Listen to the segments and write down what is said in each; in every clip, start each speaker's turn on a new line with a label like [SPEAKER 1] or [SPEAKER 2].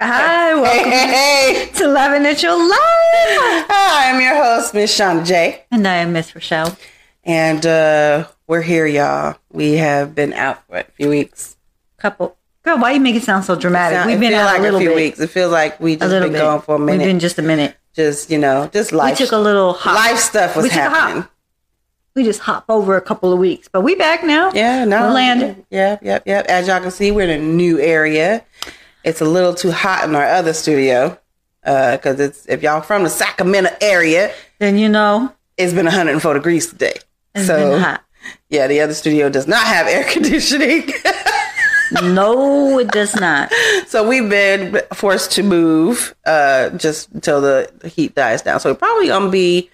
[SPEAKER 1] Hi, welcome
[SPEAKER 2] Hey,
[SPEAKER 1] to Loving It Your Life.
[SPEAKER 2] hi, I'm your host, Miss Shauna J.
[SPEAKER 1] And I am Miss Rochelle.
[SPEAKER 2] And uh, we're here, y'all. We have been out for a few weeks.
[SPEAKER 1] Couple. Girl, why you make it sound so dramatic?
[SPEAKER 2] It
[SPEAKER 1] We've been
[SPEAKER 2] feel
[SPEAKER 1] out
[SPEAKER 2] like
[SPEAKER 1] a little
[SPEAKER 2] few
[SPEAKER 1] bit.
[SPEAKER 2] weeks. It feels like we
[SPEAKER 1] A
[SPEAKER 2] just
[SPEAKER 1] little
[SPEAKER 2] been
[SPEAKER 1] bit.
[SPEAKER 2] going for a minute.
[SPEAKER 1] We've been just a minute.
[SPEAKER 2] just, you know, just life.
[SPEAKER 1] We took a little hop.
[SPEAKER 2] life stuff was
[SPEAKER 1] we took a hop.
[SPEAKER 2] happening.
[SPEAKER 1] We just hop over a couple of weeks, but we back now.
[SPEAKER 2] Yeah, no.
[SPEAKER 1] We landed.
[SPEAKER 2] Yep, yep, yep. As y'all can see, we're in a new area. It's a little too hot in our other studio. Uh, cause it's if y'all from the Sacramento area,
[SPEAKER 1] Then you know
[SPEAKER 2] it's been 104 degrees today.
[SPEAKER 1] it's
[SPEAKER 2] so
[SPEAKER 1] been hot.
[SPEAKER 2] yeah, the other studio does not have air conditioning.
[SPEAKER 1] No, it does not.
[SPEAKER 2] so we've been forced to move uh just until the the heat dies down. So we're probably gonna be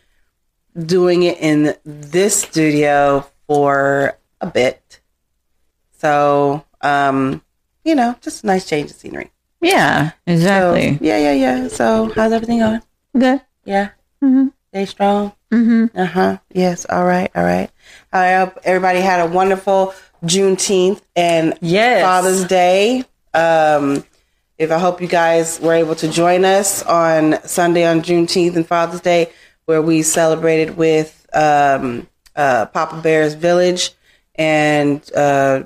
[SPEAKER 2] doing it in this studio for a bit. So um, you know, just a nice change of scenery.
[SPEAKER 1] Yeah,
[SPEAKER 2] So,
[SPEAKER 1] exactly.
[SPEAKER 2] yeah, yeah, yeah. So how's everything going?
[SPEAKER 1] Good.
[SPEAKER 2] Yeah.
[SPEAKER 1] Mhm.
[SPEAKER 2] Stay strong.
[SPEAKER 1] Mm-hmm.
[SPEAKER 2] Uh huh. Yes. All right. All right. I hope everybody had a wonderful Juneteenth and
[SPEAKER 1] Yes.
[SPEAKER 2] Father's Day. Um, if I hope you guys were able to join us on Sunday on Juneteenth and Father's Day, where we celebrated with um, uh, Papa Bear's Village and uh,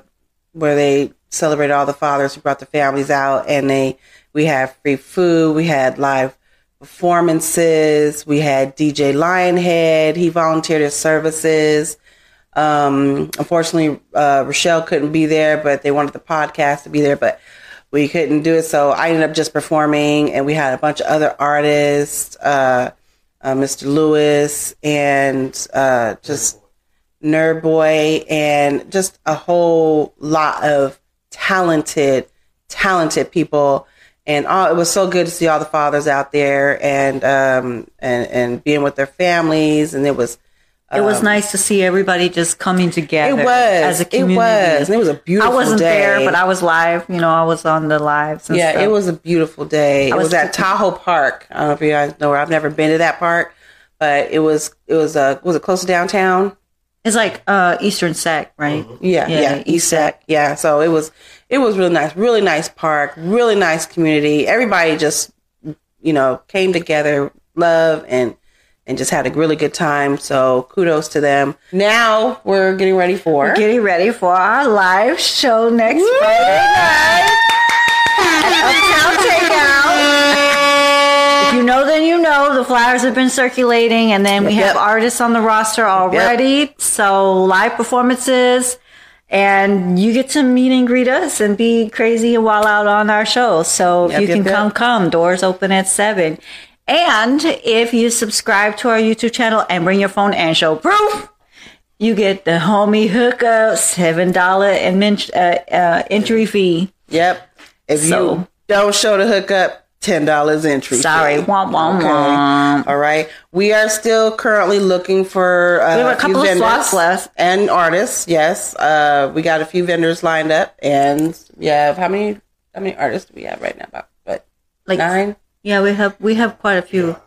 [SPEAKER 2] where they celebrated all the fathers who brought the families out, and they we had free food, we had live performances, we had DJ Lionhead. He volunteered his services. Um, unfortunately, uh, Rochelle couldn't be there, but they wanted the podcast to be there, but we couldn't do it. So I ended up just performing, and we had a bunch of other artists, uh, uh, Mr. Lewis, and uh, just Nerd Boy, and just a whole lot of talented, talented people. And all, it was so good to see all the fathers out there and um, and and being with their families, and it was
[SPEAKER 1] It was nice to see everybody just coming together.
[SPEAKER 2] um, it was
[SPEAKER 1] as a community.
[SPEAKER 2] It was. And it was a beautiful.
[SPEAKER 1] I wasn't
[SPEAKER 2] day.
[SPEAKER 1] there, but I was live. You know, I was on the lives. And
[SPEAKER 2] yeah,
[SPEAKER 1] stuff.
[SPEAKER 2] it was a beautiful day. It was,
[SPEAKER 1] was
[SPEAKER 2] at
[SPEAKER 1] cooking.
[SPEAKER 2] Tahoe Park. I don't know if you guys know where. I've never been to that park, but it was. It was uh, was it close to downtown?
[SPEAKER 1] It's like uh, Eastern Sac, right?
[SPEAKER 2] Yeah,
[SPEAKER 1] Yeah,
[SPEAKER 2] yeah, East Sac. Yeah, so it was. It was really nice. Really nice park. Really nice community. Everybody just you know came together, love and. And just had a really good time. So kudos to them. Now we're getting ready for.
[SPEAKER 1] Getting ready for our live show next Friday night. Uptown Takeout. If you know, then you know. The flyers have been circulating, and then we have
[SPEAKER 2] Yep.
[SPEAKER 1] artists on the roster already. So live performances, and you get to meet and greet us and be crazy and wild out on our show. So if
[SPEAKER 2] Yep,
[SPEAKER 1] you
[SPEAKER 2] yep,
[SPEAKER 1] can
[SPEAKER 2] yep.
[SPEAKER 1] come, come. Doors open at seven. And if you subscribe to our YouTube channel and bring your phone and show proof, you get the homie hookup, seven dollar and men- uh, uh, entry fee.
[SPEAKER 2] Yep. If
[SPEAKER 1] So-
[SPEAKER 2] you don't show the hookup, ten dollars entry. fee.
[SPEAKER 1] Sorry, womp womp womp.
[SPEAKER 2] All right. We are still currently looking for uh,
[SPEAKER 1] We have a
[SPEAKER 2] few
[SPEAKER 1] couple of
[SPEAKER 2] vendors
[SPEAKER 1] slots left.
[SPEAKER 2] and artists. Yes, uh, we got a few vendors lined up, and we have how many? How many artists do we have right now? About what
[SPEAKER 1] Like
[SPEAKER 2] nine?
[SPEAKER 1] Yeah, we have we have quite a few.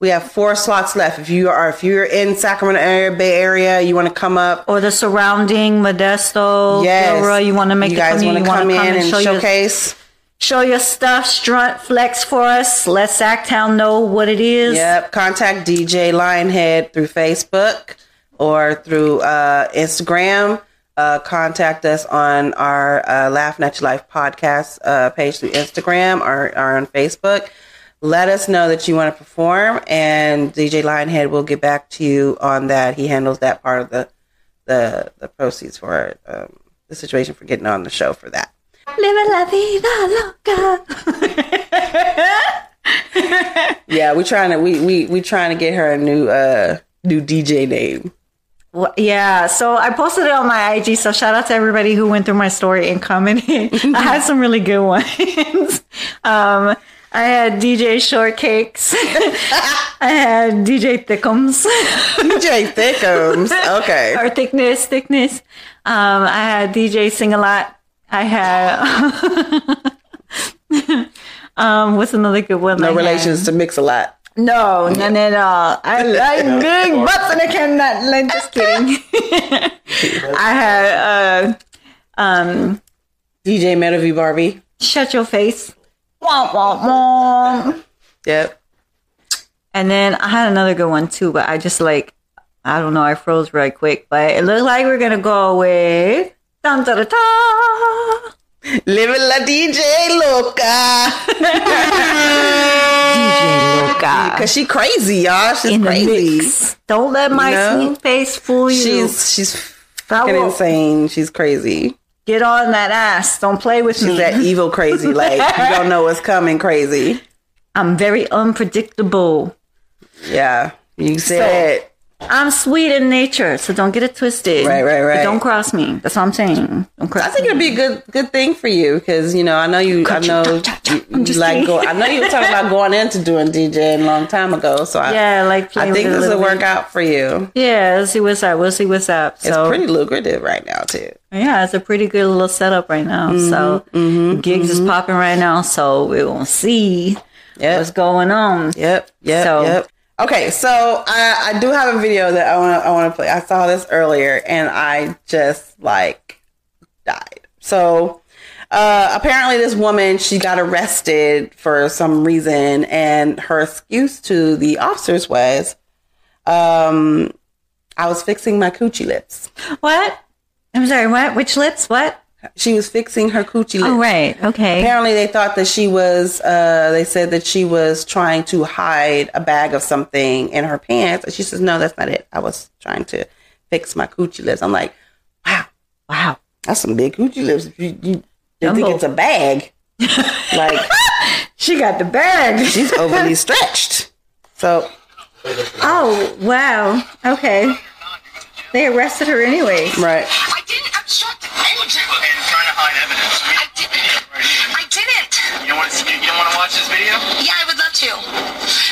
[SPEAKER 2] We have four slots left. If you are if you're in Sacramento area, Bay Area, you want to come up.
[SPEAKER 1] Or the surrounding Modesto,
[SPEAKER 2] Yes,
[SPEAKER 1] Oh, Gilroy, you want to make
[SPEAKER 2] you
[SPEAKER 1] the
[SPEAKER 2] guys
[SPEAKER 1] community,
[SPEAKER 2] wanna
[SPEAKER 1] you want
[SPEAKER 2] come
[SPEAKER 1] to
[SPEAKER 2] in
[SPEAKER 1] come and
[SPEAKER 2] and
[SPEAKER 1] show your
[SPEAKER 2] showcase.
[SPEAKER 1] show your stuff, strunt, flex for us. Let Sacktown know what it is.
[SPEAKER 2] Yep. Contact DJ Lionhead through Facebook or through uh, Instagram. Uh, contact us on our uh, Laughing at Your Life podcast uh, page through Instagram or, or on Facebook. Let us know that you want to perform, and DJ Lionhead will get back to you on that. He handles that part of the the, the proceeds for um, the situation for getting on the show for that.
[SPEAKER 1] Living la vida loca.
[SPEAKER 2] Yeah, we're trying to we we we trying to get her a new uh new DJ name.
[SPEAKER 1] Well, yeah, so I posted it on my IG. So shout out to everybody who went through my story and commented. I had some really good ones. Um, I had DJ Shortcakes. I had DJ Thickums.
[SPEAKER 2] DJ Thickums. Okay.
[SPEAKER 1] or thickness, thickness. Um, I had DJ sing a lot. I had um, what's another good one? I
[SPEAKER 2] No
[SPEAKER 1] had?
[SPEAKER 2] relations to mix a lot.
[SPEAKER 1] No, none at all. I like good butts and I cannot. Like, just kidding. I had uh, um,
[SPEAKER 2] DJ Metal V Barbie.
[SPEAKER 1] Shut your face. Wah, wah, wah.
[SPEAKER 2] Yep.
[SPEAKER 1] And then I had another good one too, but I just like, I don't know, I froze right quick, but it looked like we're going to go with. Dun, da, da, da.
[SPEAKER 2] Living la DJ loca.
[SPEAKER 1] DJ Loca.
[SPEAKER 2] Cause she crazy, y'all. She's
[SPEAKER 1] in the
[SPEAKER 2] crazy.
[SPEAKER 1] mix. Don't let my
[SPEAKER 2] You know?
[SPEAKER 1] sweet face fool you.
[SPEAKER 2] She's she's
[SPEAKER 1] That
[SPEAKER 2] fucking
[SPEAKER 1] will-
[SPEAKER 2] insane. She's crazy.
[SPEAKER 1] Get on that ass. Don't play with me.
[SPEAKER 2] She's that evil crazy. Like you don't know what's coming crazy.
[SPEAKER 1] I'm very unpredictable.
[SPEAKER 2] Yeah. You said it.
[SPEAKER 1] I'm sweet in nature, so don't get it twisted.
[SPEAKER 2] Right, right, right.
[SPEAKER 1] But don't cross me. That's what I'm saying. Don't cross
[SPEAKER 2] I think
[SPEAKER 1] me.
[SPEAKER 2] it'd be a good good thing for you because you know I know you I know you, you like go, I know you were talking about going into doing DJing a long time ago so I
[SPEAKER 1] Yeah, like play
[SPEAKER 2] I think
[SPEAKER 1] with it a
[SPEAKER 2] this will
[SPEAKER 1] little
[SPEAKER 2] work
[SPEAKER 1] bit.
[SPEAKER 2] out for you.
[SPEAKER 1] Yeah, let's see what's up. We'll see what's up.
[SPEAKER 2] It's
[SPEAKER 1] So
[SPEAKER 2] pretty lucrative right now too.
[SPEAKER 1] yeah, it's a pretty good little setup right now.
[SPEAKER 2] Mm-hmm,
[SPEAKER 1] so gigs is popping right now. So we will see
[SPEAKER 2] Yep.
[SPEAKER 1] what's going on.
[SPEAKER 2] Yep. Yep.
[SPEAKER 1] So-
[SPEAKER 2] Yep. Okay, so I, I do have a video that I want to I want to play. I saw this earlier and I just like died. So uh, apparently, this woman she got arrested for some reason, and her excuse to the officers was, um, "I was fixing my coochie lips."
[SPEAKER 1] What? I'm sorry. What? Which lips? What?
[SPEAKER 2] She was fixing her coochie lips.
[SPEAKER 1] Oh right. Okay.
[SPEAKER 2] Apparently, they thought that she was. Uh, they said that she was trying to hide a bag of something in her pants, and she says, "No, that's not it. I was trying to fix my coochie lips." I'm like, "Wow,
[SPEAKER 1] Wow.
[SPEAKER 2] that's some big coochie lips. You, you, you think
[SPEAKER 1] Jumbo.
[SPEAKER 2] it's a bag? like
[SPEAKER 1] She got the bag.
[SPEAKER 2] she's overly stretched." So
[SPEAKER 1] Oh, wow. Okay. They arrested her anyways.
[SPEAKER 2] right,
[SPEAKER 3] I didn't obstruct anything.
[SPEAKER 4] and trying to hide evidence. We
[SPEAKER 3] I didn't.
[SPEAKER 4] right here.
[SPEAKER 3] I didn't.
[SPEAKER 4] You don't want to, you don't want to watch this video?
[SPEAKER 3] Yeah, I would love to.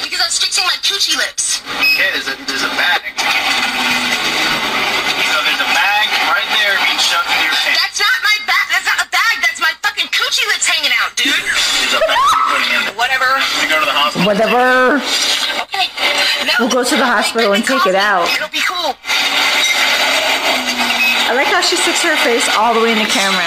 [SPEAKER 3] Because I was fixing my coochie lips.
[SPEAKER 4] Okay, there's a there's a bag. So there's a bag right there being shoved into your pants.
[SPEAKER 3] That's not my bag. That's not a bag. That's my fucking coochie lips hanging out, dude.
[SPEAKER 4] There's a bag you're putting in. there.
[SPEAKER 3] Whatever.
[SPEAKER 4] You go to the hospital.
[SPEAKER 1] Whatever.
[SPEAKER 3] Okay. No.
[SPEAKER 1] We'll go to the hospital and take it out.
[SPEAKER 3] It'll be cool.
[SPEAKER 1] I like how she sticks her face all the way in the camera.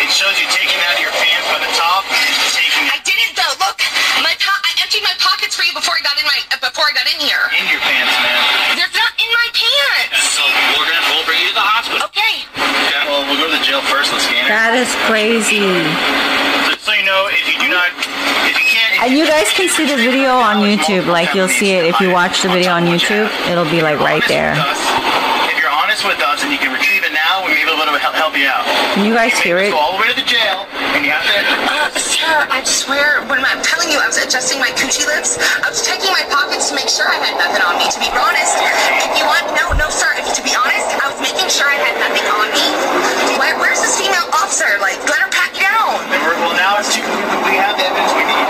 [SPEAKER 4] It shows you taking out your pants by the top and taking
[SPEAKER 3] I
[SPEAKER 4] it
[SPEAKER 3] didn't though. Look, my po- I emptied my pockets for you before I got in my uh, before I got in here.
[SPEAKER 4] in your pants, man.
[SPEAKER 3] They're not in my pants.
[SPEAKER 4] So we're gonna we'll bring you to the hospital.
[SPEAKER 3] Okay.
[SPEAKER 1] Oh.
[SPEAKER 4] Okay. Well, we'll go to the jail first. Let's scan it.
[SPEAKER 1] That is crazy.
[SPEAKER 4] Just so you know, if you do not, if you can't,
[SPEAKER 1] And you guys can see the video on YouTube. Like, you'll see it if you watch the video on YouTube. It'll be like right
[SPEAKER 4] honest with
[SPEAKER 1] there.
[SPEAKER 4] us, If you're honest with us and you can retrieve it now, we may be able to help, help you out.
[SPEAKER 1] Can you guys hear
[SPEAKER 4] Maybe
[SPEAKER 1] it?
[SPEAKER 4] Go all the way to the jail, and you have
[SPEAKER 3] Uh,
[SPEAKER 4] to.
[SPEAKER 3] Sarah, I swear, when I'm telling you I was adjusting my coochie lips, I was checking my pockets to make sure I had nothing on me. To be honest, if you want, no, no, sir. If to be honest, I was making sure I had nothing on me. Why, where's this female officer? Like, let her pat you down.
[SPEAKER 4] And we're, well, now it's too. We have the evidence we need.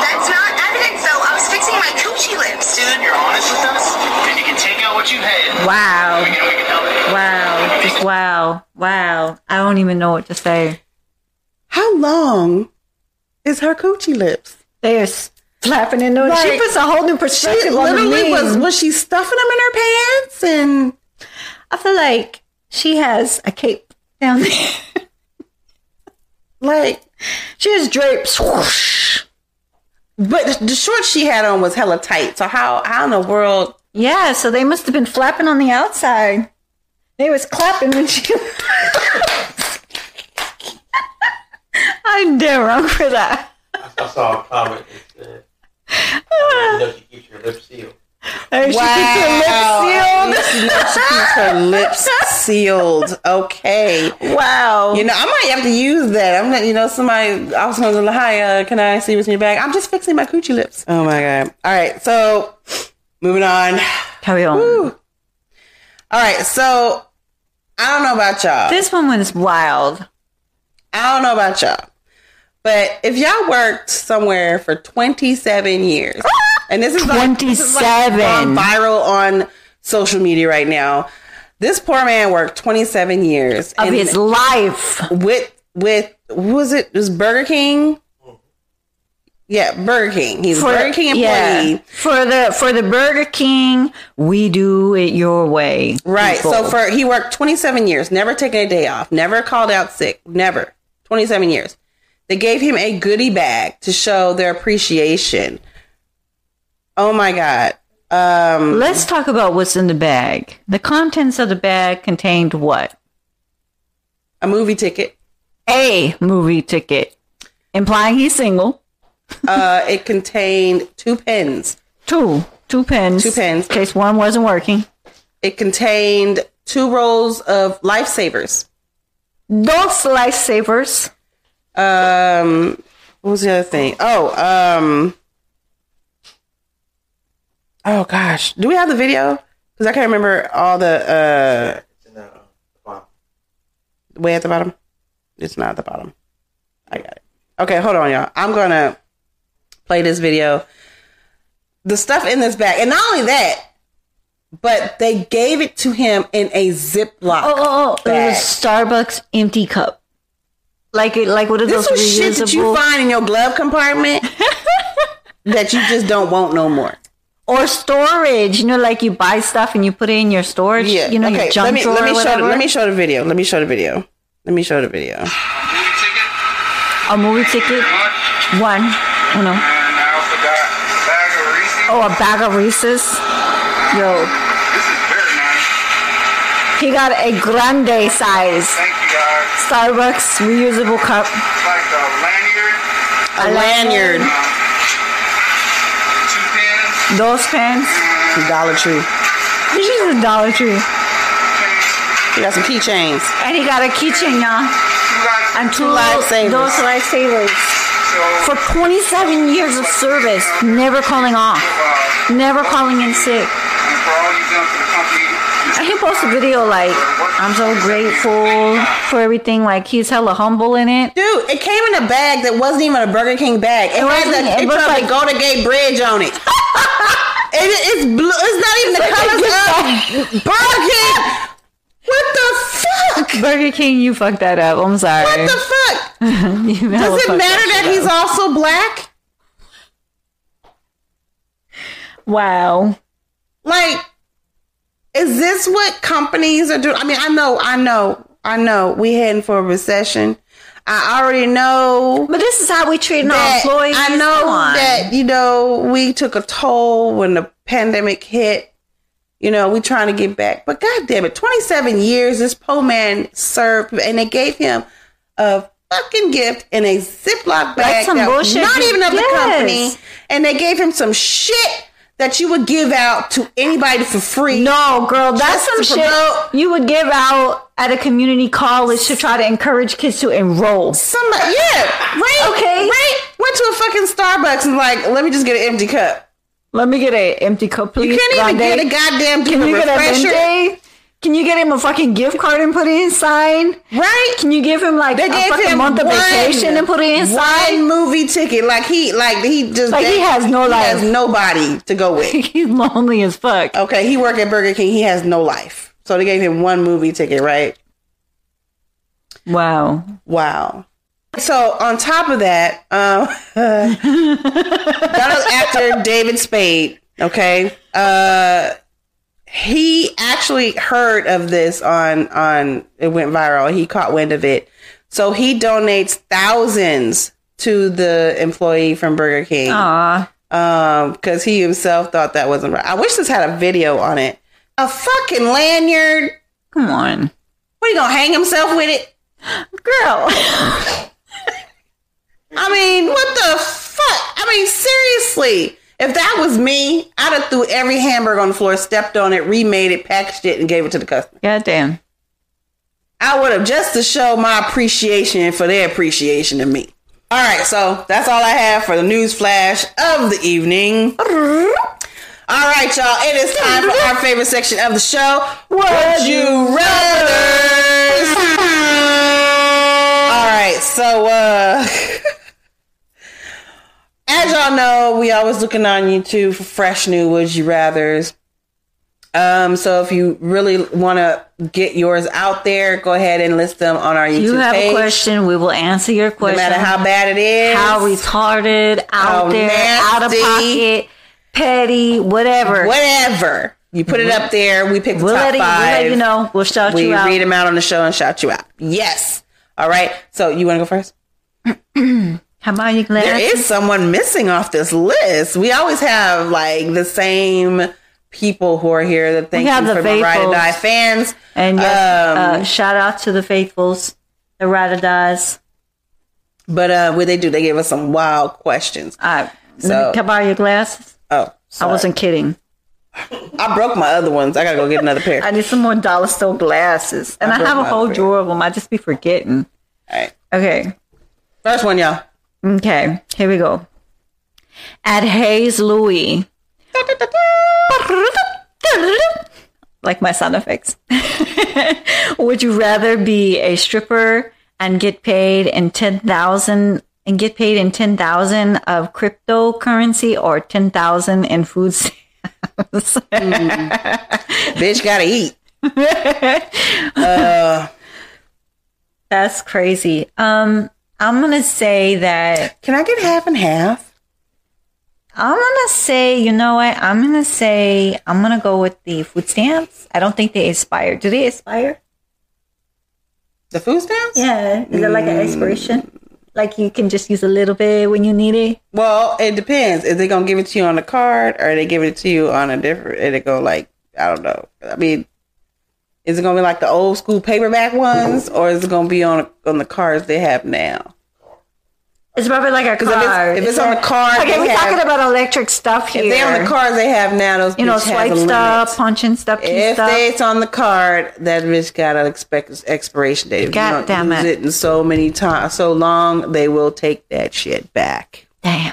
[SPEAKER 3] That's not evidence, though. I was fixing my coochie lips,
[SPEAKER 4] If
[SPEAKER 3] dude.
[SPEAKER 4] you're honest with us, then you can take out what you had.
[SPEAKER 1] Wow.
[SPEAKER 4] And we can help you.
[SPEAKER 1] Wow. Just wow. Wow. I don't even know what to say.
[SPEAKER 2] how long is her coochie lips?
[SPEAKER 1] They are slapping into it. She
[SPEAKER 2] Like,
[SPEAKER 1] puts a whole new
[SPEAKER 2] She
[SPEAKER 1] perspective on the
[SPEAKER 2] literally was
[SPEAKER 1] meme.
[SPEAKER 2] was she stuffing them in her pants and
[SPEAKER 1] I feel like she has a cape down there.
[SPEAKER 2] like.
[SPEAKER 1] She has drapes. Whoosh.
[SPEAKER 2] But the shorts she had on was hella tight. So how how in the world?
[SPEAKER 1] Yeah, so they must have been flapping on the outside. They was clapping when she. I'm dead wrong for that.
[SPEAKER 5] I saw a comment that said, you know, she keeps her lips sealed.
[SPEAKER 1] And she keeps her lips
[SPEAKER 2] She knows she keeps her lips sealed. Okay.
[SPEAKER 1] sealed. Wow.
[SPEAKER 2] You know, I might have to use that. I'm not, you know, somebody, I was going to, hi, uh, can I see what's in your bag? I'm just fixing my coochie lips. Oh my God. All right. So moving on.
[SPEAKER 1] Carry on.
[SPEAKER 2] All right. So I don't know about y'all.
[SPEAKER 1] This one was wild.
[SPEAKER 2] I don't know about y'all, but if y'all worked somewhere for 27 years, and this is like, this is like
[SPEAKER 1] 27.
[SPEAKER 2] gone viral on social media right now, this poor man worked 27 years
[SPEAKER 1] Of
[SPEAKER 2] and
[SPEAKER 1] his life.
[SPEAKER 2] with with who was it? It was Burger King. Yeah, Burger King. He's a Burger King
[SPEAKER 1] yeah.
[SPEAKER 2] employee.
[SPEAKER 1] for the for the Burger King, we do it your way.
[SPEAKER 2] Right. So
[SPEAKER 1] people.
[SPEAKER 2] for he worked 27 years, never taking a day off, never called out sick, never. 27 years. They gave him a goodie bag to show their appreciation. Oh my God. Um,
[SPEAKER 1] Let's talk about what's in the bag. The contents of the bag contained what?
[SPEAKER 2] a movie ticket.
[SPEAKER 1] A movie ticket, implying he's single.
[SPEAKER 2] Uh, it contained two pens.
[SPEAKER 1] Two, two pens.
[SPEAKER 2] Two pens.
[SPEAKER 1] In case one wasn't working.
[SPEAKER 2] It contained two rolls of lifesavers.
[SPEAKER 1] Those lifesavers.
[SPEAKER 2] Um, what was the other thing? Oh, um, oh gosh, do we have the video? Because I can't remember all the uh
[SPEAKER 5] It's in the, uh, the bottom.
[SPEAKER 2] way at the bottom. It's not at the bottom. I got it. Okay, hold on, y'all. I'm gonna play this video. The stuff in this bag, and not only that, but they gave it to him in a Ziploc.
[SPEAKER 1] Oh, oh, oh. It
[SPEAKER 2] bag.
[SPEAKER 1] was Starbucks empty cup. Like it, like what are
[SPEAKER 2] This
[SPEAKER 1] those
[SPEAKER 2] was shit that you
[SPEAKER 1] reusable
[SPEAKER 2] find in your glove compartment that you just don't want no more.
[SPEAKER 1] or storage? You know, like you buy stuff and you put it in your storage. You know, your junk
[SPEAKER 2] let me
[SPEAKER 1] drawer
[SPEAKER 2] let me
[SPEAKER 1] or
[SPEAKER 2] show
[SPEAKER 1] whatever.
[SPEAKER 2] let me show the video. Let me show the video. Let me show the video.
[SPEAKER 4] Movie ticket?
[SPEAKER 1] a movie ticket.
[SPEAKER 4] What?
[SPEAKER 1] One. Oh no.
[SPEAKER 4] And I also got a bag of Reese's.
[SPEAKER 1] Oh, a bag of Reese's. Yo,
[SPEAKER 4] This is very nice.
[SPEAKER 1] he got a grande size
[SPEAKER 4] Thank you guys.
[SPEAKER 1] Starbucks reusable cup.
[SPEAKER 4] It's like a lanyard, um,
[SPEAKER 2] A lanyard,
[SPEAKER 4] two pins,
[SPEAKER 1] Those pants.
[SPEAKER 2] Dollar Tree.
[SPEAKER 1] This is a Dollar Tree.
[SPEAKER 2] You got some keychains.
[SPEAKER 1] And he got a keychain, y'all.
[SPEAKER 4] two lights.
[SPEAKER 1] And two
[SPEAKER 2] Lifesavers.
[SPEAKER 1] Those lifesavers.
[SPEAKER 4] So,
[SPEAKER 1] For 27 years of service, never calling off,
[SPEAKER 4] uh,
[SPEAKER 1] never calling in sick.
[SPEAKER 4] and for all you've done for the company,
[SPEAKER 1] And he posted a video like, I'm so grateful for everything. Like, he's hella humble in it.
[SPEAKER 2] Dude, it came in a bag that wasn't even a Burger King bag. It,
[SPEAKER 1] It
[SPEAKER 2] had
[SPEAKER 1] wasn't-
[SPEAKER 2] the
[SPEAKER 1] it
[SPEAKER 2] picture
[SPEAKER 1] looked
[SPEAKER 2] of
[SPEAKER 1] like-
[SPEAKER 2] the Golden Gate Bridge on it. It- it's blue. It's not even the
[SPEAKER 1] like a
[SPEAKER 2] colors
[SPEAKER 1] gift
[SPEAKER 2] of Burger King. What the fuck?
[SPEAKER 1] Burger King, you fucked that up. I'm sorry.
[SPEAKER 2] What the fuck?
[SPEAKER 1] You hella
[SPEAKER 2] Does it
[SPEAKER 1] fucked
[SPEAKER 2] matter
[SPEAKER 1] shit
[SPEAKER 2] that
[SPEAKER 1] up.
[SPEAKER 2] he's also black?
[SPEAKER 1] Wow.
[SPEAKER 2] like is this what companies are doing i mean i know i know i know we heading for a recession i already know
[SPEAKER 1] But this is how we treat our
[SPEAKER 2] that
[SPEAKER 1] employees.
[SPEAKER 2] i know
[SPEAKER 1] Come on.
[SPEAKER 2] that you know we took a toll when the pandemic hit you know we trying to get back but god damn it 27 years this poor man served and they gave him a fucking gift in a ziploc bag
[SPEAKER 1] some
[SPEAKER 2] that was
[SPEAKER 1] bullshit
[SPEAKER 2] not
[SPEAKER 1] you-
[SPEAKER 2] even of the
[SPEAKER 1] Yes.
[SPEAKER 2] company and they gave him some shit that you would give out to anybody for free
[SPEAKER 1] No, girl, that's
[SPEAKER 2] Just to
[SPEAKER 1] some shit
[SPEAKER 2] promote-
[SPEAKER 1] you would give out at a community college to try to encourage kids to enroll.
[SPEAKER 2] Somebody, yeah, right?
[SPEAKER 1] Okay.
[SPEAKER 2] right. Went to a fucking Starbucks and like, let me just get an empty cup.
[SPEAKER 1] Let me get a empty cup, please.
[SPEAKER 2] You can't even
[SPEAKER 1] grande.
[SPEAKER 2] get a goddamn
[SPEAKER 1] Can you
[SPEAKER 2] a
[SPEAKER 1] get a
[SPEAKER 2] refresher,
[SPEAKER 1] venti? Can you get him a fucking gift card and put it inside?
[SPEAKER 2] right?
[SPEAKER 1] Can you give him like
[SPEAKER 2] They
[SPEAKER 1] a
[SPEAKER 2] gave
[SPEAKER 1] fucking
[SPEAKER 2] him
[SPEAKER 1] month of
[SPEAKER 2] one-
[SPEAKER 1] vacation and put it inside?
[SPEAKER 2] One movie ticket, like he, like he just
[SPEAKER 1] Like, he has no
[SPEAKER 2] he
[SPEAKER 1] life.
[SPEAKER 2] has nobody to go with.
[SPEAKER 1] He's lonely as fuck.
[SPEAKER 2] Okay, he worked at Burger King. He has no life, so they gave him one movie ticket, right?
[SPEAKER 1] Wow.
[SPEAKER 2] Wow. So on top of that, um, Donald actor David Spade, okay, uh, he actually heard of this on on it went viral. He caught wind of it, so he donates thousands to the employee from Burger King
[SPEAKER 1] Aw.
[SPEAKER 2] um because he himself thought that wasn't right. I wish this had a video on it. A fucking lanyard.
[SPEAKER 1] Come on.
[SPEAKER 2] What are you gonna hang himself with it?
[SPEAKER 1] Girl.
[SPEAKER 2] I mean, what the fuck? I mean, seriously. If that was me, I'd have threw every hamburger on the floor, stepped on it, remade it, packaged it, and gave it to the customer.
[SPEAKER 1] Goddamn.
[SPEAKER 2] I would have just to show my appreciation for their appreciation to me. All right, so that's all I have for the news flash of the evening. All right, y'all, it is time for our favorite section of the show. Would you rather? All right, so uh. As y'all know, we always looking on YouTube for fresh new would you rather's. Um, so if you really want to get yours out there, go ahead and list them on our YouTube
[SPEAKER 1] You have
[SPEAKER 2] page.
[SPEAKER 1] a question, we will answer your
[SPEAKER 2] no
[SPEAKER 1] question.
[SPEAKER 2] matter how bad it is,
[SPEAKER 1] how retarded, out
[SPEAKER 2] How
[SPEAKER 1] there, out of
[SPEAKER 2] nasty.
[SPEAKER 1] pocket, petty, whatever.
[SPEAKER 2] whatever you put it up there, we pick the
[SPEAKER 1] we'll,
[SPEAKER 2] top
[SPEAKER 1] let it, we'll
[SPEAKER 2] five.
[SPEAKER 1] let you know. We'll shout
[SPEAKER 2] we
[SPEAKER 1] you out.
[SPEAKER 2] read them out on the show and shout you out. Yes. All right. So you want to go first?
[SPEAKER 1] How about you,
[SPEAKER 2] There
[SPEAKER 1] Glenn?
[SPEAKER 2] is someone missing off this list. We always have like the same people who are here that thank
[SPEAKER 1] We have
[SPEAKER 2] you
[SPEAKER 1] the
[SPEAKER 2] for my Ride or
[SPEAKER 1] faithfuls.
[SPEAKER 2] Die fans.
[SPEAKER 1] And yes,
[SPEAKER 2] Um,
[SPEAKER 1] uh, shout out to the faithfuls, the ride or dies.
[SPEAKER 2] But uh, what they do, they give us some wild questions.
[SPEAKER 1] All right. let
[SPEAKER 2] So-
[SPEAKER 1] me come borrow your glasses.
[SPEAKER 2] Oh, sorry.
[SPEAKER 1] I wasn't kidding.
[SPEAKER 2] I broke my other ones. I gotta go get another pair.
[SPEAKER 1] I need some more dollar store glasses, and
[SPEAKER 2] I
[SPEAKER 1] I,
[SPEAKER 2] broke
[SPEAKER 1] have a
[SPEAKER 2] my
[SPEAKER 1] whole
[SPEAKER 2] other
[SPEAKER 1] drawer of them. I just be forgetting.
[SPEAKER 2] All right,
[SPEAKER 1] Okay,
[SPEAKER 2] first one, y'all.
[SPEAKER 1] okay, here we go. At Hayes Louis, like my sound effects. Would you rather be a stripper and get paid in ten thousand and get paid in ten thousand of cryptocurrency or ten thousand in food stamps?
[SPEAKER 2] Bitch, gotta eat. Uh,
[SPEAKER 1] That's crazy. Um, I'm gonna say that
[SPEAKER 2] Can I get half and half?
[SPEAKER 1] I'm gonna say, you know what? I'm gonna say I'm gonna go with the food stamps. I don't think they expire. Do they expire?
[SPEAKER 2] The food stamps?
[SPEAKER 1] Yeah, is it like an expiration? Mm. Like you can just use a little bit when you need it.
[SPEAKER 2] Well, it depends. Is they gonna give it to you on a card, or are they giving it to you on a different? And it go like I don't know. I mean, is it gonna be like the old school paperback ones, or is it gonna be on on the cards they have now?
[SPEAKER 1] It's probably like a
[SPEAKER 2] 'Cause if it's-
[SPEAKER 1] card.
[SPEAKER 2] if it's on the card,
[SPEAKER 1] okay,
[SPEAKER 2] they
[SPEAKER 1] we're
[SPEAKER 2] have-
[SPEAKER 1] talking about electric stuff here.
[SPEAKER 2] If they're on the cards they have now, those
[SPEAKER 1] you know,
[SPEAKER 2] bitch has
[SPEAKER 1] swipe
[SPEAKER 2] a limit.
[SPEAKER 1] stuff, punching stuff, key
[SPEAKER 2] If
[SPEAKER 1] stuff.
[SPEAKER 2] they, it's on the card, that bitch got an expect expiration date. If
[SPEAKER 1] God
[SPEAKER 2] you don't
[SPEAKER 1] damn
[SPEAKER 2] use
[SPEAKER 1] it.
[SPEAKER 2] it in so many times, so long, they will take that shit back.
[SPEAKER 1] Damn.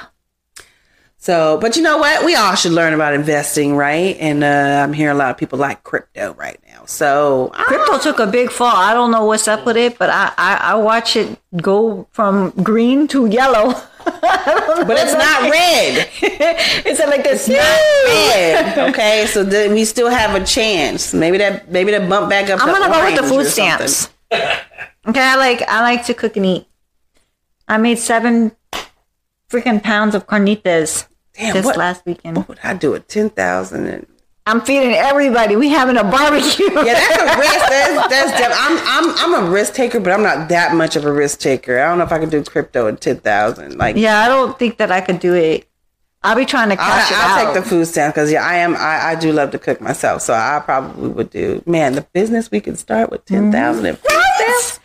[SPEAKER 2] So, but you know what? We all should learn about investing, right? And uh, I'm hearing a lot of people like crypto right now. So, I-
[SPEAKER 1] Crypto took a big fall. I don't know what's up with it, but I I, I watch it go from green to yellow.
[SPEAKER 2] but it's not red.
[SPEAKER 1] it's like this.
[SPEAKER 2] Red. Okay, so then we still have a chance. Maybe that maybe that bump back up.
[SPEAKER 1] I'm
[SPEAKER 2] to
[SPEAKER 1] gonna go with the
[SPEAKER 2] orange
[SPEAKER 1] food
[SPEAKER 2] or something.
[SPEAKER 1] stamps. okay, I like I like to cook and eat. I made seven freaking pounds of carnitas
[SPEAKER 2] Damn,
[SPEAKER 1] just
[SPEAKER 2] what,
[SPEAKER 1] last weekend.
[SPEAKER 2] what would I do at ten thousand? And
[SPEAKER 1] I'm feeding everybody. We having a barbecue.
[SPEAKER 2] yeah, that's a risk. That's that's. Def- I'm I'm I'm a risk taker, but I'm not that much of a risk taker. I don't know if I can do crypto at ten thousand. Like,
[SPEAKER 1] Yeah, I don't think that I could do it. I'll be trying to cash it
[SPEAKER 2] I'll,
[SPEAKER 1] out.
[SPEAKER 2] I'll take the food stamp because yeah, I am. I, I do love to cook myself, so I probably would do. Man, the business we could start with ten thousand and food stamps.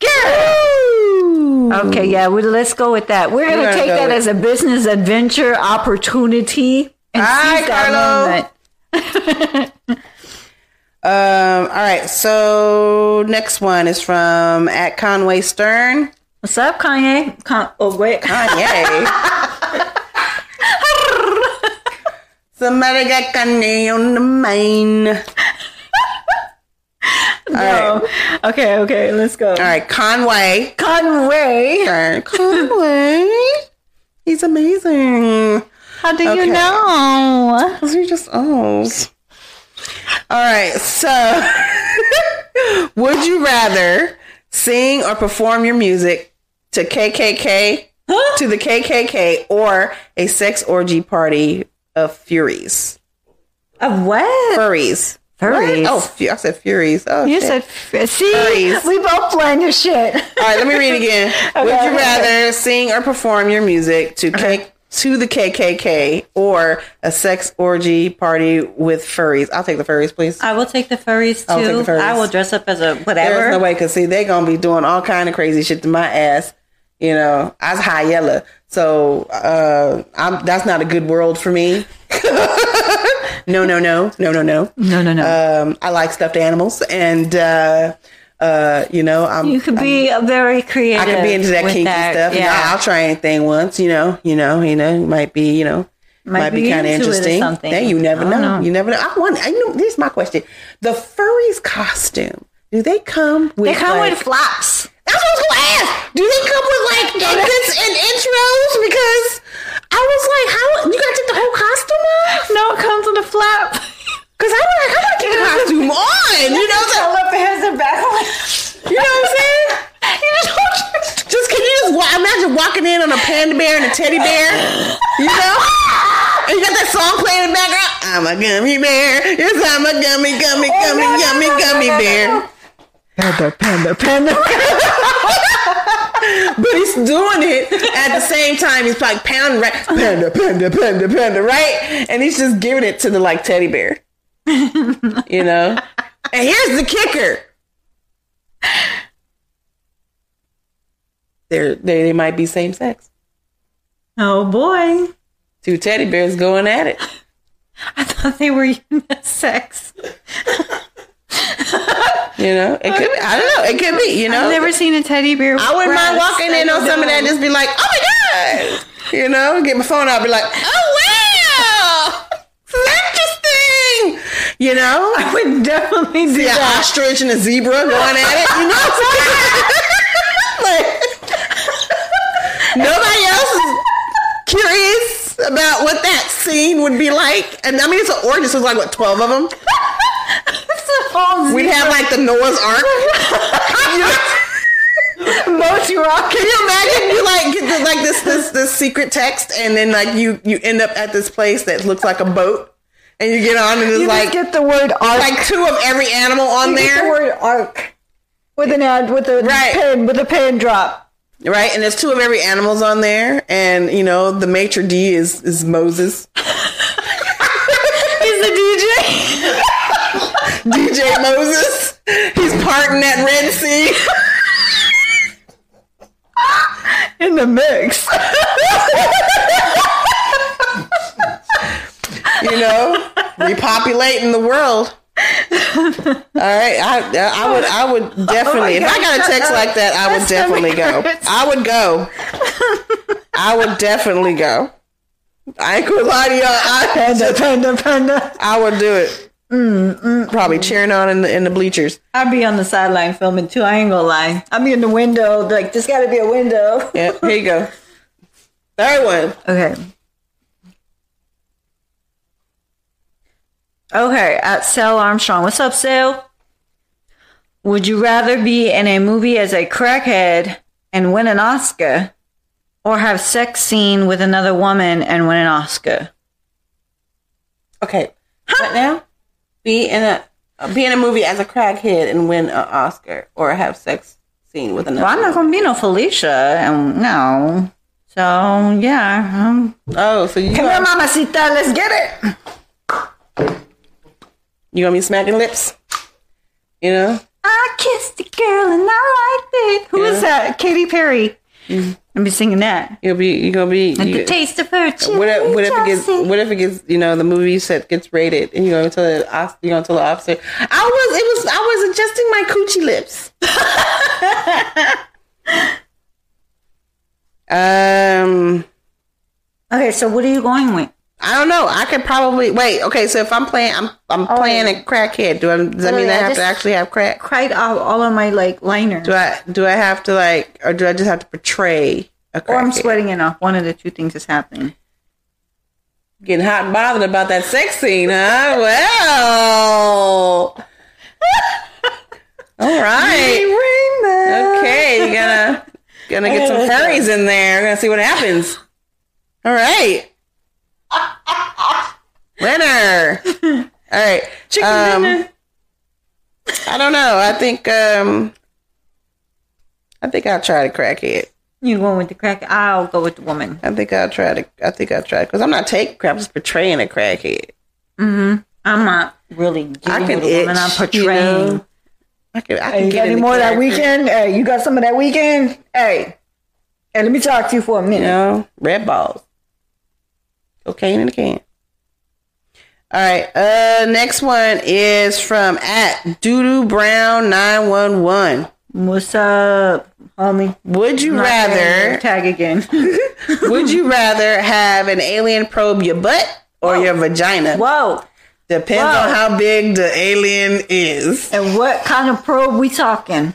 [SPEAKER 2] Girl.
[SPEAKER 1] Okay, yeah, we, let's go with that. We're gonna,
[SPEAKER 2] gonna
[SPEAKER 1] take
[SPEAKER 2] go
[SPEAKER 1] that
[SPEAKER 2] with-
[SPEAKER 1] as a business adventure opportunity and
[SPEAKER 2] Hi,
[SPEAKER 1] seize that
[SPEAKER 2] Carlo.
[SPEAKER 1] moment.
[SPEAKER 2] Um. All right. So next one is from at Conway Stern.
[SPEAKER 1] What's up, Kanye? Con- oh wait,
[SPEAKER 2] Kanye. Somebody got Kanye on the main. All right.
[SPEAKER 1] no. Okay, okay, let's go.
[SPEAKER 2] All right. Conway.
[SPEAKER 1] Conway,
[SPEAKER 2] Stern. Conway. He's amazing.
[SPEAKER 1] how do
[SPEAKER 2] Okay.
[SPEAKER 1] you know?
[SPEAKER 2] Those are just O's. All right, so would you rather sing or perform your music to KKK, to the KKK, or a sex orgy party of furies?
[SPEAKER 1] Of what?
[SPEAKER 2] Furries.
[SPEAKER 1] Furries.
[SPEAKER 2] What? Oh, fu- I said furies. Oh,
[SPEAKER 1] You
[SPEAKER 2] shit.
[SPEAKER 1] said, f- see,
[SPEAKER 2] Furries.
[SPEAKER 1] we both planned your shit.
[SPEAKER 2] All right, let me read again. Would
[SPEAKER 1] okay, Uh-huh.
[SPEAKER 2] you rather sing or perform your music to K- to the KKK or a sex orgy party with furries? I'll take the furries, please.
[SPEAKER 1] I will take the furries
[SPEAKER 2] I'll take the furries.
[SPEAKER 1] dress up as a
[SPEAKER 2] There's no way, cause see, they gonna be doing all kind of crazy shit to my ass. You know, I was high yellow, so uh, I'm, that's not a good world for me. no, no, no, no, no, no.
[SPEAKER 1] No, no, no.
[SPEAKER 2] Um, I like stuffed animals, and uh, uh, you know, I'm
[SPEAKER 1] you could be a very creative.
[SPEAKER 2] I could be into that
[SPEAKER 1] with
[SPEAKER 2] kinky stuff. Yeah, I'll try anything once. You know, you know, you know, it might be, you know, might,
[SPEAKER 1] Might
[SPEAKER 2] be,
[SPEAKER 1] be
[SPEAKER 2] kind of
[SPEAKER 1] into it or
[SPEAKER 2] interesting.
[SPEAKER 1] something.
[SPEAKER 2] Yeah, you never
[SPEAKER 1] I don't
[SPEAKER 2] know.
[SPEAKER 1] know.
[SPEAKER 2] You never know. I want. I know. This is my question: the furries costume. Do they come with?
[SPEAKER 1] They come
[SPEAKER 2] like,
[SPEAKER 1] with flaps.
[SPEAKER 2] That's what I was gonna ask. Do they come with like exits and intros? Because I was like, how you gotta take the whole costume off?
[SPEAKER 1] No, it comes with a flap.
[SPEAKER 2] Because I was like, I gotta keep the costume on. You know, so,
[SPEAKER 1] up has a back.
[SPEAKER 2] you know what I'm saying? Just can you just wa- imagine walking in on a panda bear and a teddy bear? You know? And you got that song playing in the background. I'm a gummy bear. Yes, I'm a gummy, gummy, gummy, yummy, gummy bear.
[SPEAKER 1] Panda, panda, panda.
[SPEAKER 2] but he's doing it at the same time. He's like pounding right, panda, panda, panda, panda, right, and he's just giving it to the like teddy bear, you know. And here's the kicker: there, they, they might be same sex.
[SPEAKER 1] Oh boy.
[SPEAKER 2] Two teddy bears going at it.
[SPEAKER 1] I thought they were unisex.
[SPEAKER 2] You know, it could. Be, I don't know. It could be. You know,
[SPEAKER 1] I've never seen a teddy bear.
[SPEAKER 2] I wouldn't mind
[SPEAKER 1] breasts.
[SPEAKER 2] walking in
[SPEAKER 1] I
[SPEAKER 2] on
[SPEAKER 1] don't
[SPEAKER 2] some of that and
[SPEAKER 1] know.
[SPEAKER 2] just be like, oh my God. You know, get my phone out and be like, oh wow. Interesting. You know?
[SPEAKER 1] I would definitely do
[SPEAKER 2] See an
[SPEAKER 1] that.
[SPEAKER 2] ostrich and a zebra going at it. You know what I'm saying? Like, nobody else is curious about what that scene would be like. And I mean, it's an orgy, so it's like, what, 12 of them?
[SPEAKER 1] Holmes
[SPEAKER 2] We'd have like the Noah's Ark. You know?
[SPEAKER 1] emoji rocket.
[SPEAKER 2] Can you imagine you like get the, like this this this secret text and then like you you end up at this place that looks like a boat and you get on and it's
[SPEAKER 1] You
[SPEAKER 2] like
[SPEAKER 1] just get the word arc.
[SPEAKER 2] like two of every animal on
[SPEAKER 1] You get the
[SPEAKER 2] there
[SPEAKER 1] word arc with an ad with a
[SPEAKER 2] Right.
[SPEAKER 1] pen with a pen drop.
[SPEAKER 2] right and there's two of every animals on there and you know the maitre d is is Moses
[SPEAKER 1] He's the DJ.
[SPEAKER 2] DJ Moses he's parting that Red Sea
[SPEAKER 1] In the mix.
[SPEAKER 2] you know repopulating the world. All right, I I would I would definitely if I got a text like that, I would definitely go. I would go. I would definitely go. I ain't gonna lie to y'all. I,
[SPEAKER 1] Panda, panda, panda.
[SPEAKER 2] I would do it. Probably cheering on in the in the bleachers.
[SPEAKER 1] I'd be on the sideline filming too. I ain't gonna lie. I'd be in the window. Like, there's gotta be a window.
[SPEAKER 2] Yeah, here you go. Third one.
[SPEAKER 1] Okay. Okay, at Sel Armstrong. What's up, Sel? Would you rather be in a movie as a crackhead and win an Oscar or have sex scene with another woman and win an Oscar?
[SPEAKER 2] Okay. Right now, be in a be in a movie as a crackhead and win an Oscar or have sex scene with another.
[SPEAKER 1] Well, I'm not going to be no Felicia. And no. So, yeah. Um,
[SPEAKER 2] Oh, so you
[SPEAKER 1] come here, Mamacita. Let's get it.
[SPEAKER 2] You gonna be smacking lips? You know?
[SPEAKER 1] I kissed a girl and I liked it. Who is that? Katy Perry. I'll be singing that.
[SPEAKER 2] You'll be you gonna be
[SPEAKER 1] Like
[SPEAKER 2] you,
[SPEAKER 1] the taste of her chili
[SPEAKER 2] what if what if it gets
[SPEAKER 1] dressing.
[SPEAKER 2] what if it gets you know, the movie set gets rated and you're gonna tell the os- you're gonna tell the officer I was it was I was adjusting my coochie lips. um
[SPEAKER 1] Okay, so what are you going with?
[SPEAKER 2] I don't know. I could probably wait. Okay, so if I'm playing, I'm I'm playing a crackhead. Do I? Does that
[SPEAKER 1] Oh,
[SPEAKER 2] mean I
[SPEAKER 1] yeah,
[SPEAKER 2] have
[SPEAKER 1] just-
[SPEAKER 2] to actually have crack?
[SPEAKER 1] Cried out all of my like liner.
[SPEAKER 2] Do I? Do I have to like, or do I just have to portray a
[SPEAKER 6] Oh,
[SPEAKER 2] crackhead?
[SPEAKER 1] Or I'm sweating it off. One of the two things is happening.
[SPEAKER 2] Getting hot and bothered about that sex scene, huh? Well. All right. Okay, you're gonna gonna get some furries in there. We're gonna see what happens. All right. Winner. All right. Chicken dinner. I don't know. I think um I think I'll try to crack it.
[SPEAKER 1] You going with the crack? I'll go with the woman.
[SPEAKER 2] I think I'll try to I think I'll try because I'm not taking crap, I'm just portraying a crackhead.
[SPEAKER 1] I'm not really getting
[SPEAKER 2] I can
[SPEAKER 1] with the woman. I'm
[SPEAKER 2] itch, you
[SPEAKER 1] portraying.
[SPEAKER 2] know? I can, I can get in the character,
[SPEAKER 1] Hey, you got some of that weekend? Hey, hey, let me talk to you for a minute.
[SPEAKER 2] You know, red balls, cocaine in a can. All right. Uh, next one is from at Doodoo Brown nine one one.
[SPEAKER 1] What's up, homie?
[SPEAKER 2] Would you rather?
[SPEAKER 1] tag again.
[SPEAKER 2] would you rather have an alien probe your butt or your vagina?
[SPEAKER 1] Whoa.
[SPEAKER 2] Depends
[SPEAKER 1] Whoa.
[SPEAKER 2] on how big the alien is.
[SPEAKER 1] And what kind of probe we talking?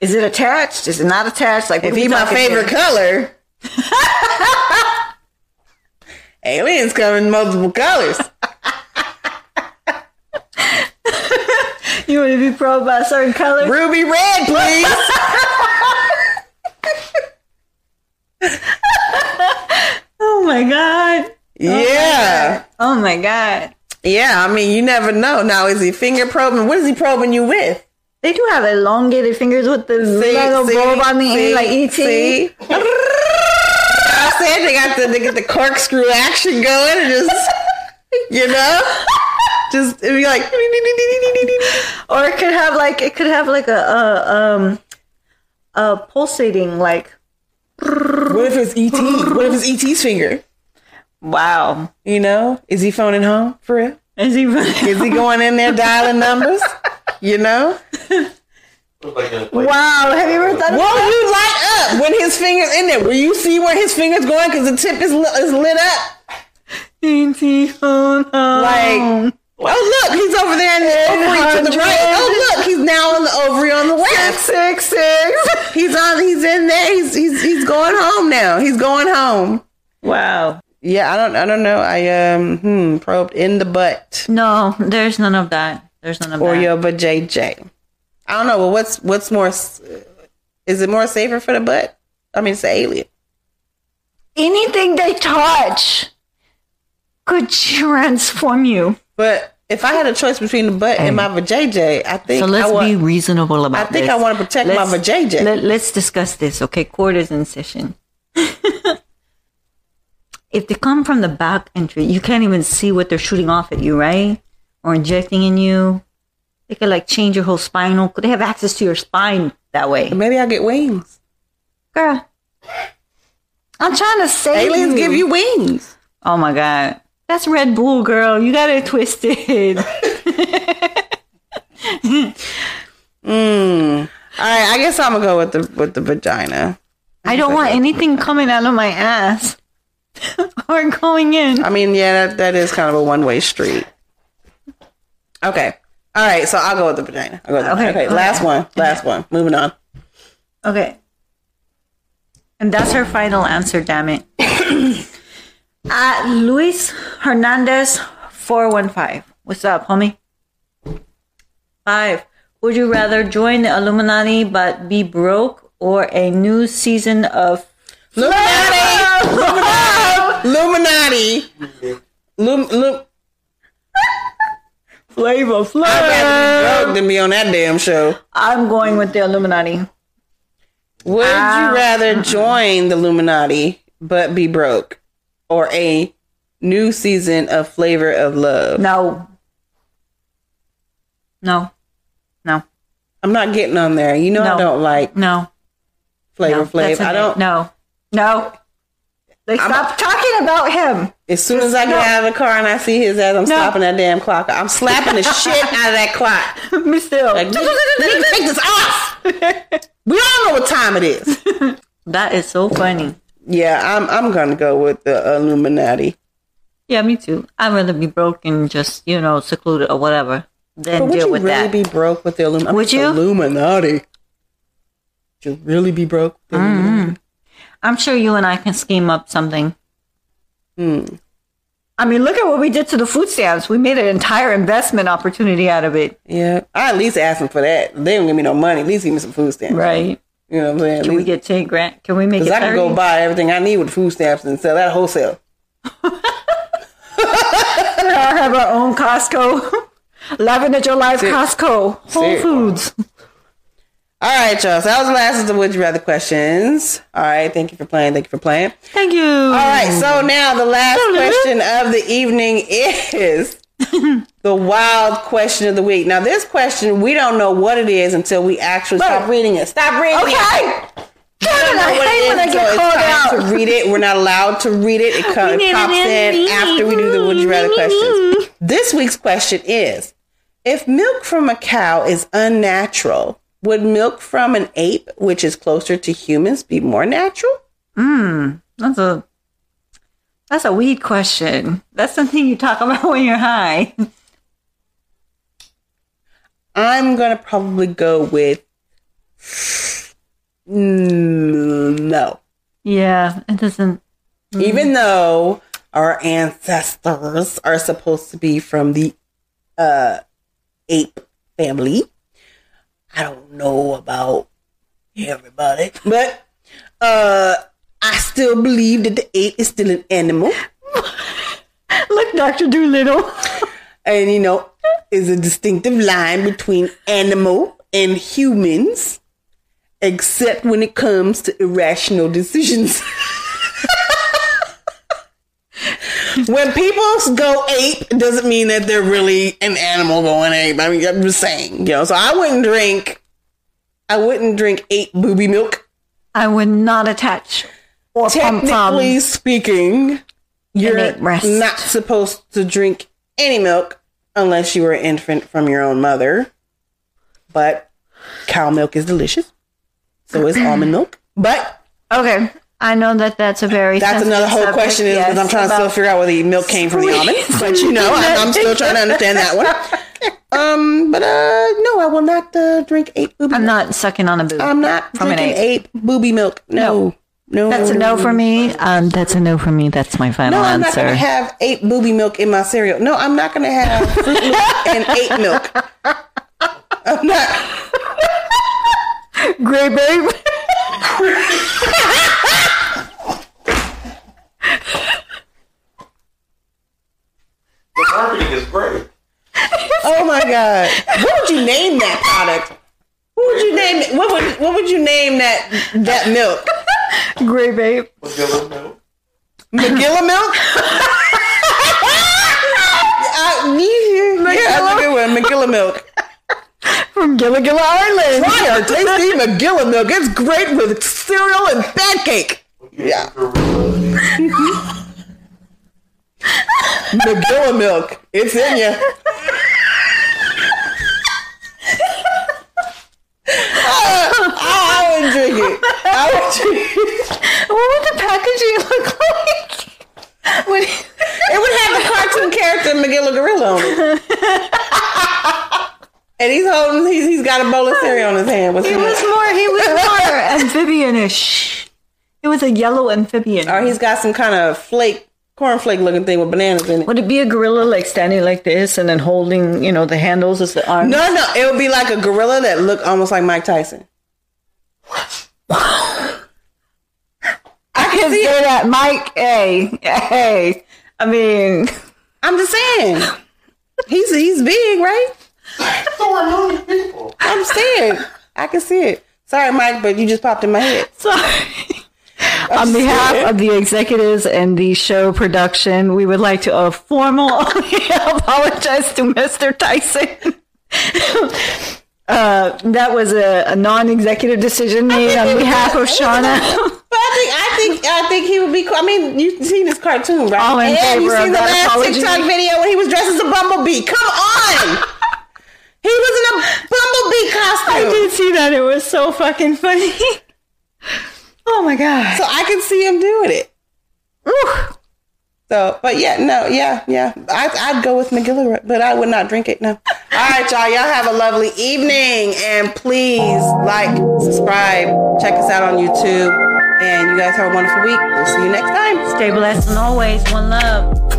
[SPEAKER 1] Is it attached? Is it not attached? Like
[SPEAKER 2] If he my favorite color, aliens come in multiple colors.
[SPEAKER 1] You want to be probed by a certain color?
[SPEAKER 2] Ruby red, please.
[SPEAKER 1] Oh my god!
[SPEAKER 2] yeah.
[SPEAKER 1] Oh my god!
[SPEAKER 2] Yeah, I mean, you never know. Now, is he finger probing? What is he probing you with?
[SPEAKER 6] They do have elongated fingers with the
[SPEAKER 2] See,
[SPEAKER 6] little
[SPEAKER 2] see,
[SPEAKER 6] bulb on the
[SPEAKER 2] see,
[SPEAKER 6] end, like "E ET.
[SPEAKER 2] see? I said they got the they get the corkscrew action going and just you know, just it'd be like
[SPEAKER 6] Or it could have like it could have like a, a um a pulsating like
[SPEAKER 2] what if it's ET? What if it's ET's finger?
[SPEAKER 6] wow.
[SPEAKER 2] You know, is he phoning home for real?
[SPEAKER 6] Is he
[SPEAKER 2] Is he going in there dialing numbers? You know,
[SPEAKER 5] Like a, like,
[SPEAKER 6] Wow, have you ever thought of
[SPEAKER 2] won't you light up when his fingers in there? Will you see where his fingers going? Because the tip is li- is lit up.
[SPEAKER 6] ET phone home?
[SPEAKER 2] Like- Oh look, he's over there in the ovary to the right. Oh look, he's now on the ovary on the left. Six six. He's on. He's in there. He's he's he's going home now. He's going home.
[SPEAKER 6] wow.
[SPEAKER 2] Yeah, I don't I don't know. I um hmm, probed in the butt
[SPEAKER 6] No, there's none of that. There's none of
[SPEAKER 2] or
[SPEAKER 6] that.
[SPEAKER 2] your but JJ. I don't know. Well, what's what's more? s- Is it more safer for the butt? I mean, it's an alien.
[SPEAKER 6] Anything they touch could transform you.
[SPEAKER 2] But if I had a choice between the butt and my vajayjay, I think
[SPEAKER 6] So let's
[SPEAKER 2] I want,
[SPEAKER 6] be reasonable about
[SPEAKER 2] I think
[SPEAKER 6] this.
[SPEAKER 2] I want to protect my
[SPEAKER 6] Let's-
[SPEAKER 2] vajayjay.
[SPEAKER 6] Let, let's discuss this, okay? Court is in session. if they come from the back entry, you can't even see what they're shooting off at you, right? Or injecting in you. They could like change your whole spinal. Could they have access to your spine that way?
[SPEAKER 2] Maybe I get wings.
[SPEAKER 6] Girl. I'm trying to say
[SPEAKER 2] Aliens give you wings.
[SPEAKER 6] Oh my god. That's Red Bull girl. You got it twisted.
[SPEAKER 2] All right, I guess I'm gonna go with the with the vagina.
[SPEAKER 6] I don't want anything coming out of my ass. or going in.
[SPEAKER 2] I mean, yeah, that, that is kind of a one way street. Okay. All right, so I'll go with the vagina. I'll go with the, okay,
[SPEAKER 6] Okay, okay.
[SPEAKER 2] Last one. Last one. Moving on.
[SPEAKER 6] Okay. And that's her final answer, damn it. At Luis Hernandez 415. What's up, homie? Five. Would you rather join the Illuminati but be broke or a new season of
[SPEAKER 2] Illuminati. Illuminati. Lum, lum.
[SPEAKER 6] Flavor
[SPEAKER 2] I'd rather be broke than be on that damn show.
[SPEAKER 6] I'm going with the Illuminati.
[SPEAKER 2] Would you rather join the Illuminati but be broke, or a new season of Flavor of Love?
[SPEAKER 6] No. No. No.
[SPEAKER 2] I'm not getting on there. You know I
[SPEAKER 6] No.
[SPEAKER 2] don't like
[SPEAKER 6] No.
[SPEAKER 2] Flavor
[SPEAKER 6] no,
[SPEAKER 2] Flav.
[SPEAKER 6] that's
[SPEAKER 2] I
[SPEAKER 6] okay.
[SPEAKER 2] don't.
[SPEAKER 6] No. No. They stop talking about him.
[SPEAKER 2] As soon as I get
[SPEAKER 6] No.
[SPEAKER 2] out of the car and I see his ass, I'm
[SPEAKER 6] No.
[SPEAKER 2] slapping that damn clock. I'm slapping the shit out of that clock.
[SPEAKER 6] Miss Steele.
[SPEAKER 2] Like, nigga, nigga, take this off. We all know what time it is.
[SPEAKER 6] That is so funny.
[SPEAKER 2] Yeah, I'm I'm gonna go with the Illuminati.
[SPEAKER 6] Yeah, me too. I'd rather be broke and just, you know, secluded or whatever
[SPEAKER 2] But
[SPEAKER 6] than
[SPEAKER 2] would
[SPEAKER 6] deal
[SPEAKER 2] you
[SPEAKER 6] with
[SPEAKER 2] really
[SPEAKER 6] that.
[SPEAKER 2] be broke with the Illuminati?
[SPEAKER 6] Would you?
[SPEAKER 2] Illuminati? Would you really be broke? With the
[SPEAKER 6] Mm.
[SPEAKER 2] Illuminati?
[SPEAKER 6] I'm sure you and I can scheme up something. Hmm. I mean, look at what we did to the food stamps. We made an entire investment opportunity out of it.
[SPEAKER 2] Yeah, I at least ask them for that. They don't give me no money. At least give me some food stamps.
[SPEAKER 6] Right.
[SPEAKER 2] You know what I'm saying? At
[SPEAKER 6] Can we
[SPEAKER 2] least-
[SPEAKER 6] get 10 grand? Can we make it
[SPEAKER 2] Because I
[SPEAKER 6] 30?
[SPEAKER 2] can go buy everything I need with food stamps and sell that wholesale.
[SPEAKER 6] I have our own Costco. Laughing at your life, Costco. Whole
[SPEAKER 2] Ser-
[SPEAKER 6] Foods.
[SPEAKER 2] All right, y'all. So that was the last of the Would You Rather questions. All right. Thank you for playing. Thank you for playing.
[SPEAKER 6] Thank you.
[SPEAKER 2] All right. So now the last question of the evening is the wild question of the week. Now, this question, we don't know what it is until we actually stop reading it. Stop reading it.
[SPEAKER 6] Okay.
[SPEAKER 2] I
[SPEAKER 6] Damn it,
[SPEAKER 2] don't
[SPEAKER 6] I
[SPEAKER 2] know what
[SPEAKER 6] hate
[SPEAKER 2] it
[SPEAKER 6] when I
[SPEAKER 2] is until
[SPEAKER 6] get
[SPEAKER 2] it's time
[SPEAKER 6] called
[SPEAKER 2] to
[SPEAKER 6] out.
[SPEAKER 2] read it. We're not allowed to read it. It, co-
[SPEAKER 6] We
[SPEAKER 2] it
[SPEAKER 6] need
[SPEAKER 2] pops
[SPEAKER 6] it in
[SPEAKER 2] in
[SPEAKER 6] me.
[SPEAKER 2] after we do the Would You Rather questions. This week's question is If milk from a cow is unnatural, would milk from an ape, which is closer to humans, be more natural?
[SPEAKER 6] That's a that's a weed question. That's something you talk about when you're high.
[SPEAKER 2] I'm going to probably go with mm, no.
[SPEAKER 6] Yeah, it doesn't.
[SPEAKER 2] even though our ancestors are supposed to be from the uh ape family i don't know about everybody but uh i still believe that the ape is still an animal
[SPEAKER 6] Look, Doctor Doolittle.
[SPEAKER 2] and you know is a distinctive line between animal and humans, except when it comes to irrational decisions. when people go ape, it doesn't mean that they're really an animal going ape. I mean, I'm just saying, you know. So I wouldn't drink, I wouldn't drink ape booby milk.
[SPEAKER 1] I would not attach or pump
[SPEAKER 2] Technically
[SPEAKER 1] pump.
[SPEAKER 2] speaking, you're
[SPEAKER 1] ape breast.
[SPEAKER 2] not supposed to drink any milk unless you were an infant from your own mother. But cow milk is delicious. So is almond milk. But
[SPEAKER 1] Okay, I know that that's a very
[SPEAKER 2] that's
[SPEAKER 1] sensitive
[SPEAKER 2] another whole
[SPEAKER 1] subject,
[SPEAKER 2] question is because
[SPEAKER 1] yes,
[SPEAKER 2] I'm trying to
[SPEAKER 1] about-
[SPEAKER 2] still figure out whether the milk came from the almond. But you know, I'm, I'm still trying to understand that one. Um, but uh, no, I will not uh, drink ape booby.
[SPEAKER 1] I'm
[SPEAKER 2] milk.
[SPEAKER 1] not sucking on a boob.
[SPEAKER 2] I'm not
[SPEAKER 1] From an
[SPEAKER 2] drinking ape. booby milk. No, no,
[SPEAKER 1] that's a no for me. Um, that's a no for me. That's my final
[SPEAKER 2] No, I'm not
[SPEAKER 1] answer.
[SPEAKER 2] gonna have ape booby milk in my cereal. No, I'm not gonna have Fruit Loops and ape milk. I'm not.
[SPEAKER 1] Gray babe.
[SPEAKER 5] The marketing is great.
[SPEAKER 2] Oh my god! What would you name that product? What would you name it? What would what would you name that that milk?
[SPEAKER 1] Gray babe.
[SPEAKER 5] What's your little note?
[SPEAKER 2] McGilla milk? I, yeah, yeah, that's a good one. McGilla milk.
[SPEAKER 1] From Gilligal Island.
[SPEAKER 2] Why are tasty McGilla milk? It's great with cereal and pancake. Yeah. McGilla milk. It's in you. I, I would drink it. I would drink it.
[SPEAKER 1] What would the packaging look like? Would
[SPEAKER 2] It would have the cartoon character McGilla Gorilla on it. and he's holding, he's, he's got a bowl of cereal in his hand. What's
[SPEAKER 1] he
[SPEAKER 2] in
[SPEAKER 1] was
[SPEAKER 2] it?
[SPEAKER 1] more he was more amphibian-ish. It was a yellow amphibian.
[SPEAKER 2] Or he's got some kind of flake, cornflake looking thing with bananas in it.
[SPEAKER 1] Would it be a gorilla like standing like this and then holding, you know, the handles as the arms?
[SPEAKER 2] No, no, it would be like a gorilla that looked almost like Mike Tyson.
[SPEAKER 1] I can see that, Mike. Hey, hey. I mean,
[SPEAKER 2] I'm just saying. He's he's big, right?
[SPEAKER 5] So are million people.
[SPEAKER 2] I'm saying. I can see it. Sorry, Mike, but you just popped in my head.
[SPEAKER 1] sorry. On behalf of the executives and the show production, we would like to uh, formally apologize to Mr. Tyson. Uh, that was a, a non-executive decision made on behalf of Shauna.
[SPEAKER 2] But I think I think I think he would be cool. I mean, you've seen this cartoon, right?
[SPEAKER 1] All in
[SPEAKER 2] and you
[SPEAKER 1] favor of
[SPEAKER 2] seen the
[SPEAKER 1] that
[SPEAKER 2] last
[SPEAKER 1] apology?
[SPEAKER 2] TikTok video when he was dressed as a bumblebee. Come on. he was in a bumblebee
[SPEAKER 1] I
[SPEAKER 2] costume.
[SPEAKER 1] did see that; it was so fucking funny. oh my god!
[SPEAKER 2] so I can see him doing it.
[SPEAKER 1] Ooh.
[SPEAKER 2] So, but yeah, no, yeah, yeah. I, I'd go with McGillivray, but I would not drink it. No. All right, y'all. Y'all have a lovely evening, and please like, subscribe, check us out on YouTube, and you guys have a wonderful week. We'll see you next time.
[SPEAKER 1] Stay blessed and always one love.